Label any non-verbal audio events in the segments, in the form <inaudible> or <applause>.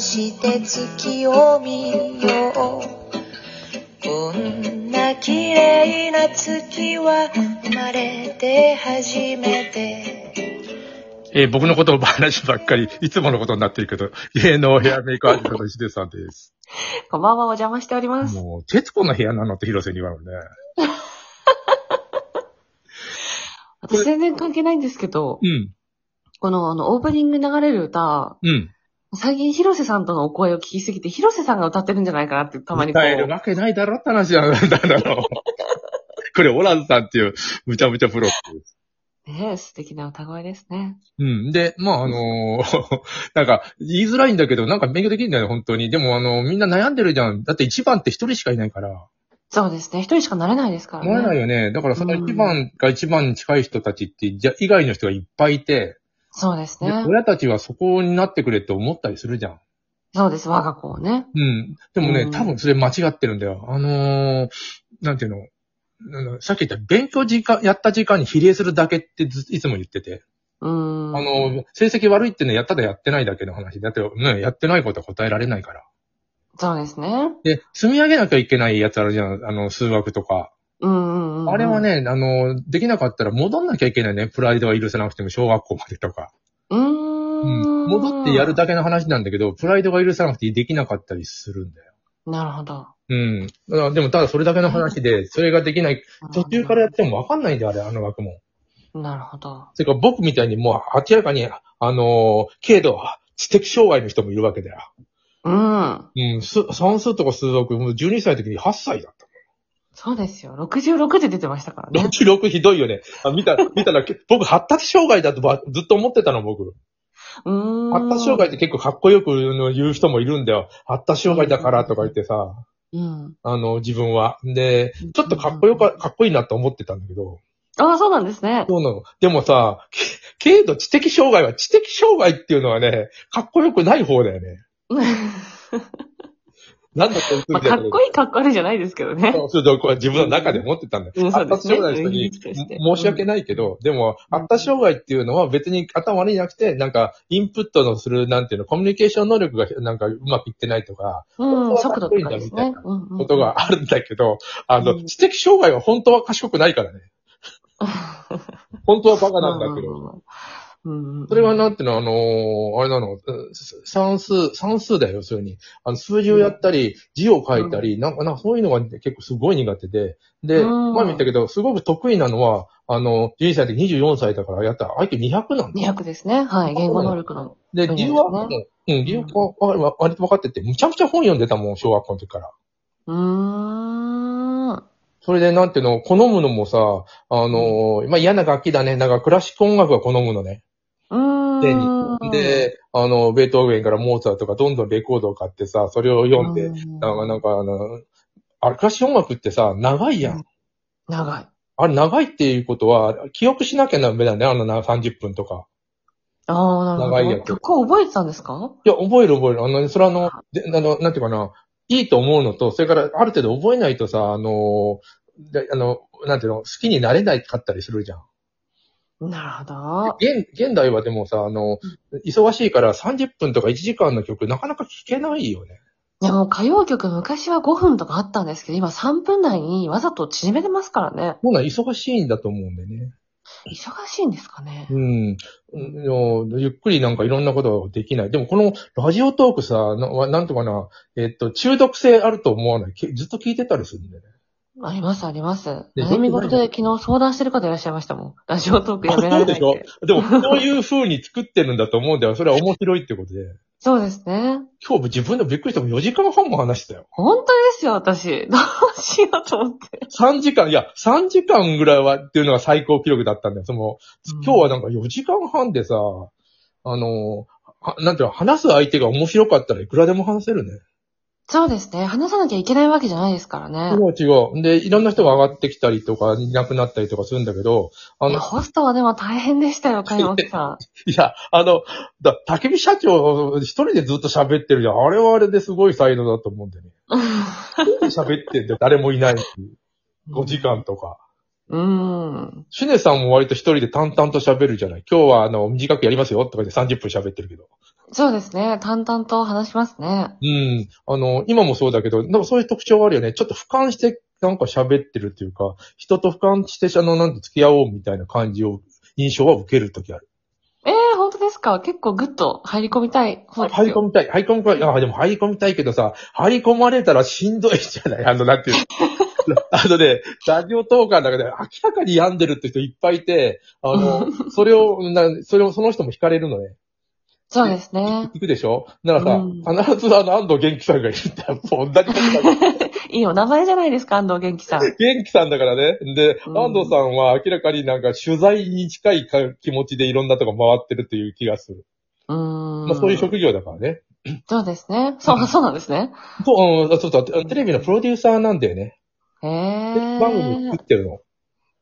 して月を見ようこんな綺麗な月は生まれて初めてえー僕のことを話ばっかり、いつものことになってるけど、家のヘアメイクアーティストのヒデさんです。こんばんは、お邪魔しております。もう、徹子の部屋なのって広瀬に言われるね。私全然関係ないんですけど、うん、この、あの、オープニングに流れる歌、うん。最近広瀬さんとのお声を聞きすぎて、広瀬さんが歌ってるんじゃないかなって、たまにこ歌えるう、わけないだろって話なんだろう。 <laughs> これ、オランさんっていう、むちゃむちゃプロっていう。ねえ、素敵な歌声ですね。うん。で、まあ、あの <laughs> ーなんか、言いづらいんだけど、なんか勉強できるんだよね、本当に。でも、あのみんな悩んでるじゃん。だって一番って一人しかいないから。そうですね。一人しかなれないですからね。思えないよね。だから、その一番が一番に近い人たちって、じゃ、以外の人がいっぱいいて、そうですでね。親たちはそこになってくれって思ったりするじゃん。そうです、我が子をね。うん。でもね、うん多分それ間違ってるんだよ。あのー、なんていうのあのさっき言った、勉強時間、やった時間に比例するだけってずいつも言ってて。うーん。あの、成績悪いってね、やっただやってないだけの話だって、ね、やってないことは答えられないから。そうですね。で、積み上げなきゃいけないやつあるじゃん。あの、数学とか。うんうんうん。あれは。ね、あの、できなかったら戻んなきゃいけないね。プライドは許せなくても、小学校までとか。うーん。戻ってやるだけの話なんだけど、プライドが許せなくてできなかったりするんだよ。なるほど。うん。だからでも、ただそれだけの話で、それができない。途中からやってもわかんないんだよ、あれ、あの学問。なるほど。それから僕みたいにもう明らかに、あの、軽度、知的障害の人もいるわけだよ。うん。うん、す算数とか数学、もう12歳の時に8歳だった。そうですよ。66で出てましたからね。 66ひどいよね。あ見た、 <laughs> 見たら、け僕発達障害だとばずっと思ってたの、僕。うーん。発達障害って結構かっこよく言う人もいるんだよ。発達障害だからとか言ってさ、うん。あの、自分は。で、ちょっとかっこよか、かっこいいなと思ってたんだけど、ああ、そうなんですね。そうなの。でもさ、け軽度知的障害は知的障害っていうのはね、かっこよくない方だよね。なんだって言ってまあ、んだかよっこいいかっこ悪いじゃないですけどね。そうそうこれ自分の中で思ってたんだよ。うん発達障害の人うんそうですねに申し訳ないけど、でも、発達障害っていうのは別に頭悪いんじゃなくて、なんか、インプットのする、なんていうの、コミュニケーション能力がなんかうまくいってないとか、うん、本速当はか度っこいいとんかだですみたいねな。うんうんことがあるんだけど、あうの、ん知的障害は本当は賢くないから <laughs> ね。本当はバカなんだけど。うんうん。それはなんていうの、あのーあれなの、うん算数、算数だよ、要するに。あの、数字をやったり、字を書いたり、なんか、なんかそういうのが結構すごい苦手で。で、うん前も言ったけど、すごく得意なのは、あの、12歳で24歳だからやったら、相手200なんだよ。 200ですね。はい。言語能力の。で、そうで理すね由は、うん、理由は割割と分かってて、むちゃむちゃ本読んでたもん、小学校の時から。うーん。それで、なんていうの、好むのもさ、あのーまあ、嫌な楽器だね。なんか、クラシック音楽は好むのね。う手ーん。、で、あの、ベートーベンからモーツァルトがどんどんレコードを買ってさ、それを読んで、なんか、なんかあの、あれ、クラシック音楽ってさ、長いやうんん。長い。あれ、長いっていうことは、記憶しなきゃダメだね、あのな30分とか。ああ、なるほど。長いやつ曲を覚えてたんですかいや、覚える覚える。あの、それはあの、であの、なんていうかな、いいと思うのと、それから、ある程度覚えないとさ、あの、であの、なんていうの、好きになれないかったりするじゃん。なるほど。現、現代はでもさ、あの、忙しいから30分とか1時間の曲、なかなか聴けないよね。いや、もう歌謡曲昔は5分とかあったんですけど、今3分台にわざと縮めてますからね。ほな、忙しいんだと思うんでね。忙しいんですかね。うん。うんゆっくりなんかいろんなことができない。でもこのラジオトークさ、ななんとかな、えっと、中毒性あると思わない。けずっと聞いてたりするんだよね。あります、あります。で悩み事で昨日相談してる方いらっしゃいましたもん。ラジオトークやめられないっそうでて。でも、そういう風に作ってるんだと思うんだよ。それは面白いってことで。そうですね。今日自分でもびっくりしても4時間半も話したよ。本当ですよ、私。 <laughs> どうしようと思って。 3時間、いや、3時間ぐらいはっていうのが最高記録だったんだよ。その、今日はなんか4時間半でさ、あの、あなんていうの、話す相手が面白かったらいくらでも話せるね。そうですね。話さなきゃいけないわけじゃないですからね。違う違う。で、いろんな人が上がってきたりとか、いなくなったりとかするんだけど、あいやの、ホストはでも大変でしたよ、加山 <laughs> さいや、あの、だ、竹見社長、一人でずっと喋ってるじゃん。あれはあれですごい才能だと思うんだよね。一人で喋ってんだよ。誰もいないし。ん。 5時。間とか。うん。シュネさんも割と一人で淡々と喋るじゃない。今日はあの、短くやりますよとかで30分喋ってるけど。そうですね。淡々と話しますね。うん。あの、今もそうだけど、なんかそういう特徴はあるよね。ちょっと俯瞰して、なんか喋ってるっていうか、人と俯瞰して、あの、なんて付き合おうみたいな感じを、印象は受けるときある。ええー、本当ですか結構グッと入り込みたい方です入り込よ。みたい。入り込みたい。あ、でも入り込みたいけどさ、入り込まれたらしんどいじゃないあ <laughs> の、なんていう <laughs> の。あのね、ラジオトーカーの中で明らかに病んでるって人いっぱいいて、あ <laughs> の、それを、なそれを、その人も惹かれるのね。そうです <laughs> ね。行くでしょならさ、うん必ずあの、安藤元気さんがいるんだよ。もう同じこと <laughs> だいいお名前じゃないですか、安藤元気さん。元気さんだからね。で、うん安藤さんは明らかになんか取材に近いか気持ちでいろんなとこ回ってるという気がする。うーん。 <laughs> まあそういう職業だからね。そうですね。そう、そうなんですね。と、うん、あそうそう、テレビのプロデューサーなんだよね。へでえ。番組作ってるの。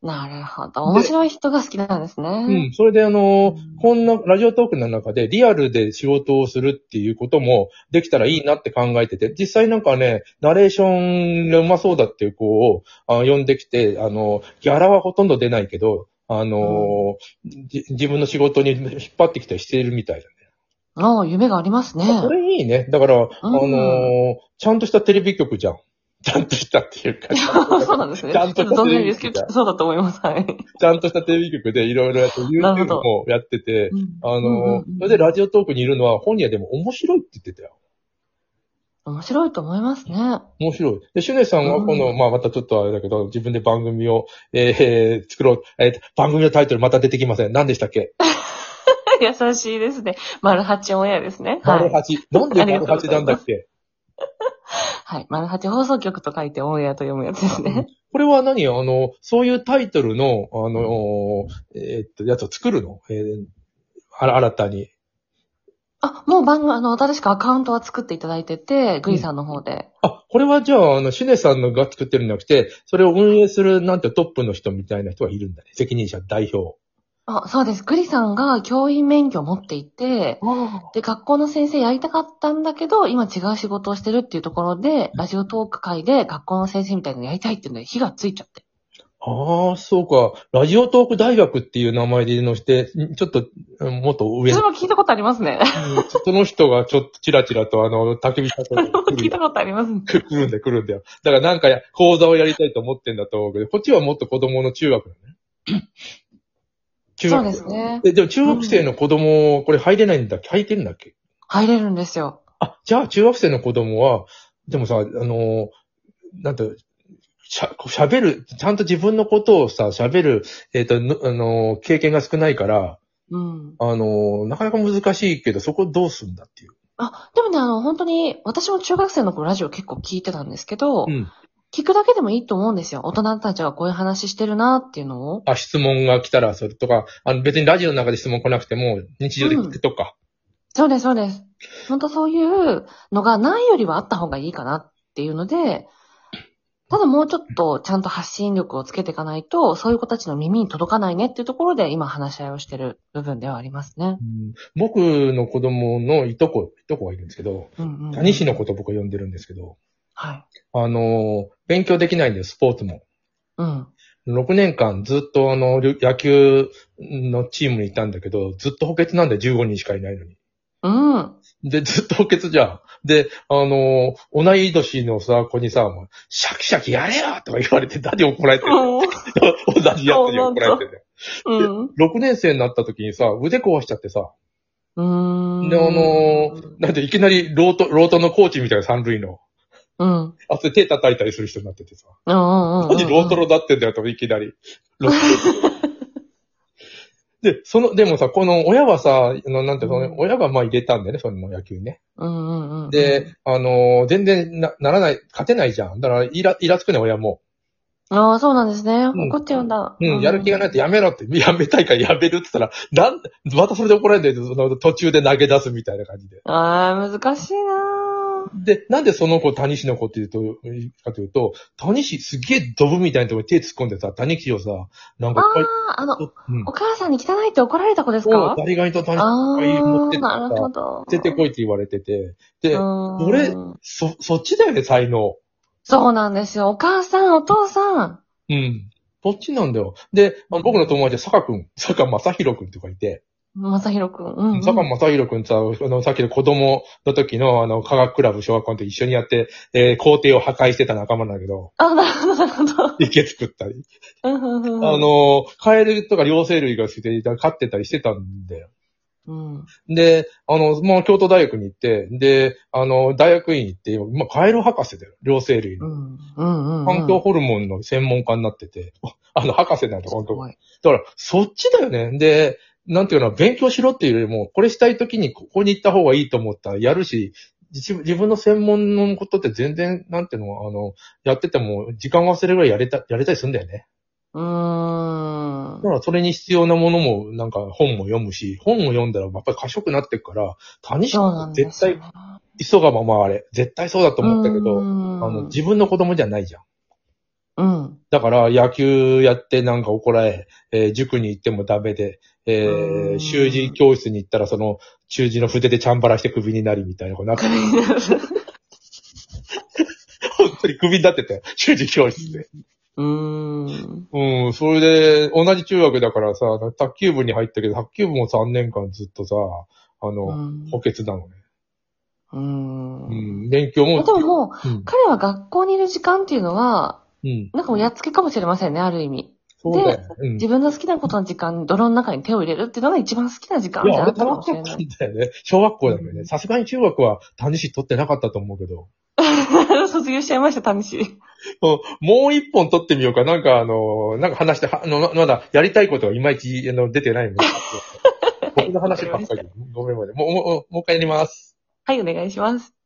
なるほど。面白い人が好きなんですうね。ん。それであのーこんなラジオトークの中でリアルで仕事をするっていうこともできたらいいなって考えてて、実際なんかね、ナレーションがうまそうだっていう子をあ呼んできて、あの、ギャラはほとんど出ないけど、あのーじ自分の仕事に引っ張ってきたりしているみたいだね。ああ、夢がありますね。これいいね。だから、あのーちゃんとしたテレビ局じゃん。ちゃんとしたって <laughs> いうか、ちゃんとしそたうなんですね。ちゃんとちょっ存じ上げですけど、そうだと思います。はい。ちゃんとしたテレビ局でいろいろやって、なる YouTube ほどもやってて、あうんうんのーうんそれでラジオトークにいるのは本屋でも面白いって言ってたよ。面白いと思いま <laughs> すね。面白い。で、シュネさんはこの、まあ、またちょっとあれだけど、自分で番組を、えーえー作ろう。えー番組のタイトルまた出てきません。何でしたっけ優しいですね。丸八オンエアですね。は丸い。八。なんで丸八なんだっけはい。丸八放送局と書いてオンエアと読むやつですね。これは何あの、そういうタイトルの、あのー、えーっと、やつを作るのえーあら新たに。あ、もう番組、あの、新しくアカウントは作っていただいてて、グイさんの方で。あ、これはじゃあ、あの、シュネさんのが作ってるんじゃなくて、それを運営する、なんてトップの人みたいな人がいるんだね。責任者、代表。あ、そうです。グリさんが教員免許を持っていて、で、学校の先生やりたかったんだけど、今違う仕事をしてるっていうところで、ラジオトーク会で学校の先生みたいなのやりたいっていうので火がついちゃって。ああ、そうか。ラジオトーク大学っていう名前でのして、んちょっと、うんもっと上そのれ、も聞いたことありますね。うんその人がちょっとチラチラと、あの、焚き火させて来 <laughs> 聞いるたことありますね。来るんだよ、来るんだよ。だからなんかや講座をやりたいと思ってんだと思うけど、こっちはもっと子供の中学だね。中そう学ですね。え、でも中学生の子供、これ入れないんだっけ入ってんだっけ入れるんですよ。あ、じゃあ中学生の子供は、でもさ、あの、なんて、しゃ、喋る、ちゃんと自分のことをさ、喋る、えっ、と、ぬあの、経験が少ないから、うん。あの、なかなか難しいけど、そこどうすんだっていう。あ、でもね、あの、本当に、私も中学生の頃ラジオ結構聞いてたんですけど、うん。聞くだけでもいいと思うんですよ。大人たちがこういう話してるなっていうのを。あ、質問が来たら、それとか、あの、別にラジオの中で質問来なくても、日常で聞くとか。そうです、そうです。本当そういうのがないよりはあった方がいいかなっていうので、ただもうちょっとちゃんと発信力をつけていかないと、そういう子たちの耳に届かないねっていうところで今話し合いをしてる部分ではありますね。うん僕の子供のいとこ、いとこがいるんですけど、うんうん。谷氏のこと僕は呼んでるんですけど、はい。あの、勉強できないんです、スポーツも。うん。 6年間ずっとあの、りょ野球のチームにいたんだけど、ずっと補欠なんで15人しかいないのに。うん。で、ずっと補欠じゃん。で、あのー同い年のさ、子にさ、もうシャキシャキやれよとか言われて、何怒られてる <laughs> の同じやつに怒られてるうん。の。6年生になった時にさ、腕壊しちゃってさ、うん。で、あのーなんていきなりロート、ロートのコーチみたいな三塁の。うん。うんあ、それ手叩いたりする人になっててさ。うんうん。何ロートロだってんだよと、いきなり。ロートロで、その、でもさ、この親はさ、あの、なんていうの、うん親がまあ入れたんだよね、その野球ね。うんうんうん。で、、あのー全然な、ならない、勝てないじゃん。だから、イラ、イラつくね、親も。ああ、そうなんですね。ん怒っちゃうんだ。うん、やる気がないとやめろって、 <laughs> やめたいからやめるって言ったら、なん、またそれで怒られて、その途中で投げ出すみたいな感じで。ああ、難しいなで、なんでその子、谷氏の子っていうと、かというと、谷氏すげえドブみたいなところに手突っ込んでさ、谷氏をさ、なんかあいっぱい、あ、あの、うんお母さんに汚いって怒られた子ですそうかザリガニとタニシああいっぱい持ってってー、なるさ、ほど。出てこいって言われてて、で、うん俺そ、そっちだよね、才能。そうなんですよ。お母さん、お父さん。うん。そっちなんだよ。で、あ僕の友達で坂くん、坂正宏くんとかいて、うまさひろくん。うん、うん。坂間正宏くんさ、あの、さっきの子供の時の、あの、科学クラブ小学校の時一緒にやって、えー校庭を破壊してた仲間なんだけど、あ、なるほど、なるほど。池作ったり。うんうんうん。あ、の、カエルとか両生類が好きで、飼ってたりしてたんだよ。うん。で、あの、もう京都大学に行って、で、あの、大学院行って、まあ、カエル博士だよ。両生類うの。ん。うん。うん。環境ホルモンの専門家になってて、 <laughs> あの、博士なんだ、本当すごいだから、そっちだよね。で、なんていうの、勉強しろっていうよりも、これしたいときにここに行った方がいいと思ったらやるし、自自分の専門のことって全然、なんていうの、あの、やってても、時間忘れるぐらいやれた、やれたりするんだよね。うーだ。んから、それに必要なものも、なんか本も読むし、本を読んだら、やっぱり過食になってくから、谷そう島なっんてで絶すよ対、急がば回れ。絶対そうだと思ったけうど、あんの、自分の子供じゃないじゃん。うん。だから、野球やってなんか怒られ、えー塾に行ってもダメで、えうー、ん習字教室に行ったら、その、習字の筆でチャンバラして首になりみたいな、こうなん <laughs> か、本当に首になってたよ。習字教室で。うーん。うん、それで、同じ中学だからさ、卓球部に入ったけど、卓球部も3年間ずっとさ、あうの、ん補欠なのね。うんう。ん、勉強まあもで、ももう、うん、彼は学校にいる時間っていうのは、うん、なんかもうやっつけかもしれませんね、ある意味。そうだよ。うん。自分の好きなことの時間、泥の中に手を入れるっていうのが一番好きな時間いじや、ゃあなれったか楽もししかれったなんい。だよね。小学校だからうね。んさすがに中学は単子取ってなかったと思うけど。 <laughs> 卒業しちゃいました、試し。うんもう一本撮ってみようか。なんかあの、なんか話して、はあの、ままだやりたいことがいまいち、あの、出てないもん。僕の話ばっかり。ごめんごめん。もう、もう、もう一回やります。はい、お願いします。